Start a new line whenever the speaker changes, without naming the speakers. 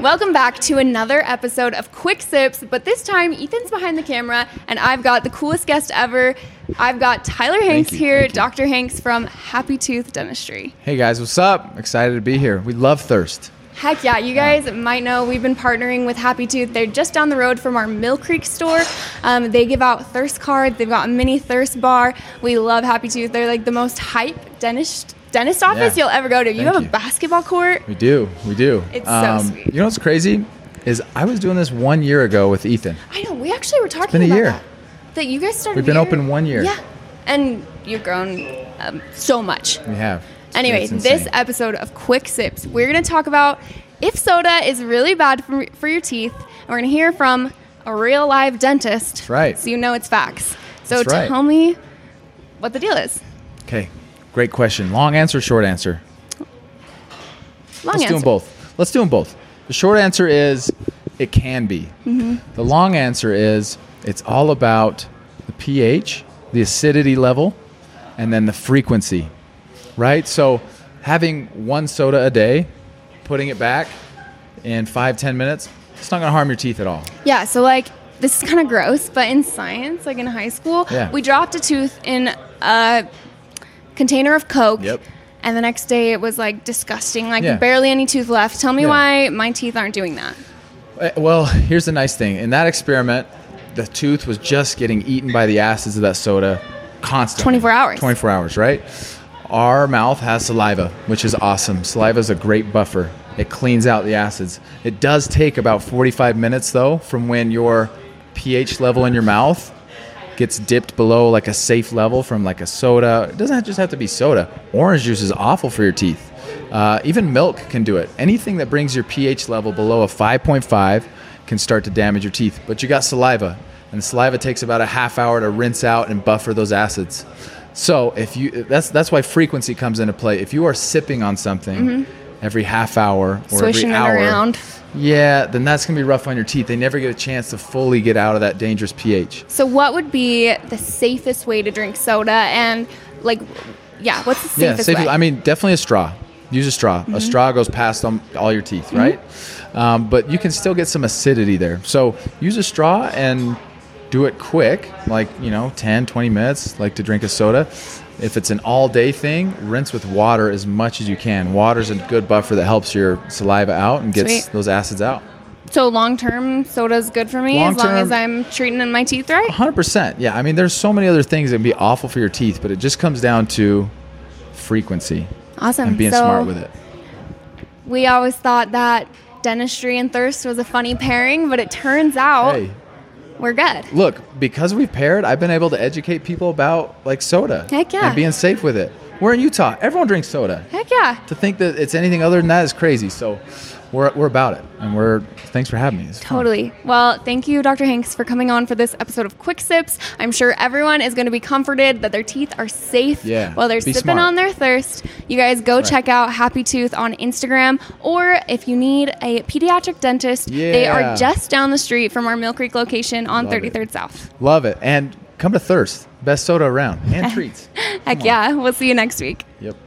Welcome back to another episode of Quick Sips, but this time Ethan's behind the camera and I've got the coolest guest ever. I've got Tyler Hanks
you,
here,
thank you.
Dr. Hanks from Happy Tooth Dentistry.
Hey guys, what's up? Excited to be here. We love Thirst.
Heck yeah, you guys might know we've been partnering with Happy Tooth. They're just down the road from our Mill Creek store. Um, they give out thirst cards, they've got a mini thirst bar. We love Happy Tooth. They're like the most hype dentist dentist office
Yeah.
you'll ever go to. You
Thank
have a
you.
basketball court.
We do. We do. Um,
It's so sweet.
You know what's crazy is I was doing this one year ago with Ethan.
I know. We actually were talking
been a
about
year.
that. That you guys started.
We've been
your-
open one year.
Yeah, and you've grown um, so much.
We have. It's-
Anyway,
it's
this
insane.
episode of Quick Sips, we're going to talk about if soda is really bad for, for your teeth. And we're going to hear from a real live dentist. That's
right.
So you know it's facts. So
That's right.
tell me what the deal is.
Okay, great question. Long answer, short answer.
Long
Let's
answer.
do them both. Let's do them both. The short answer is it can be.
Mm-hmm.
The long answer is it's all about the pH, the acidity level, and then the frequency, right? So having one soda a day, putting it back in five, 10 minutes, it's not going to harm your teeth at all.
Yeah, so like this is kind of gross, but in science, like in high school,
Yeah.
we dropped a tooth in a container of Coke.
Yep.
And the next day it was like disgusting, like
Yeah.
barely any tooth left. Tell me
Yeah.
why my teeth aren't doing that.
Uh, Well, here's the nice thing. In that experiment, the tooth was just getting eaten by the acids of that soda constantly.
24 hours.
24 hours, right? Our mouth has saliva, which is awesome. Saliva is a great buffer. It cleans out the acids. It does take about 45 minutes though from when your pH level in your mouth gets dipped below like a safe level from like a soda. It doesn't just have to be soda. Orange juice is awful for your teeth. Uh, even milk can do it. Anything that brings your pH level below a 5.5 can start to damage your teeth. But you got saliva, and saliva takes about a half hour to rinse out and buffer those acids. So if you that's that's why frequency comes into play. If you are sipping on something every half hour or
Mm-hmm. Swishing it
every hour,
around.
yeah, then that's gonna be rough on your teeth. They never get a chance to fully get out of that dangerous pH.
So what would be the safest way to drink soda and like yeah, what's the
Yeah,
safest
safe-
way? Mm-hmm.
I mean, definitely a straw. Use a straw. A straw goes past um, all your teeth, right? Um, but you can still get some acidity there. So use a straw and do it quick, like, you know, 10, 20 minutes, like to drink a soda. If it's an all day thing, rinse with water as much as you can. Water's a good buffer that helps your saliva out and gets
Sweet.
those acids out.
so long term soda's good for me as long
Long-term-
as I'm treating my teeth right?
100%. Yeah, I mean, there's so many other things that can be awful for your teeth, but it just comes down to frequency
Awesome.
and being
so
smart with it.
we always thought that dentistry and thirst was a funny pairing, but it turns out
Hey,
we're good.
look, because we've paired, I've been able to educate people about like soda.
Heck yeah.
And being safe with it. We're in Utah. Everyone drinks soda.
Heck yeah.
To think that it's anything other than that is crazy. So we're, we're about it. And we're thanks for having me. It's fun.
Totally. Well, thank you, Dr. Hanks, for coming on for this episode of Quick Sips. I'm sure everyone is going to be comforted that their teeth are safe
Yeah,
while they're
be
sipping
smart.
on their thirst. You guys go check out Happy Tooth on Instagram, or if you need a pediatric dentist, they
Yeah.
are just down the street from our Mill Creek location on
Love it.
33rd South.
Love it. And come to Thirst. Best soda around. And treats.
Heck yeah. We'll see you next week.
Yep.